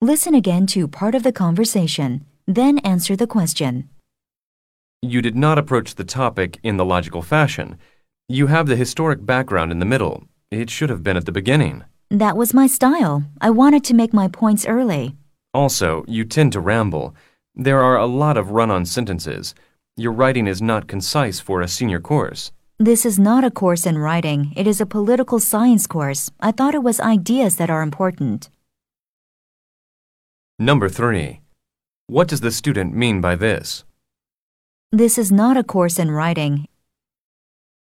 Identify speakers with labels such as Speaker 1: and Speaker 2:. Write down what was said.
Speaker 1: Listen again to part of the conversation, then answer the question.
Speaker 2: You did not approach the topic in the logical fashion. You have the historic background in the middle. It should have been at the beginning.
Speaker 1: That was my style. I wanted to make my points early.
Speaker 2: Also, you tend to ramble. There are a lot of run on sentences. Your writing is not concise for a senior course.
Speaker 1: This is not a course in writing, it is a political science course. I thought it was ideas that are important.
Speaker 2: Number three. What does the student mean by this?
Speaker 1: This is not a course in writing,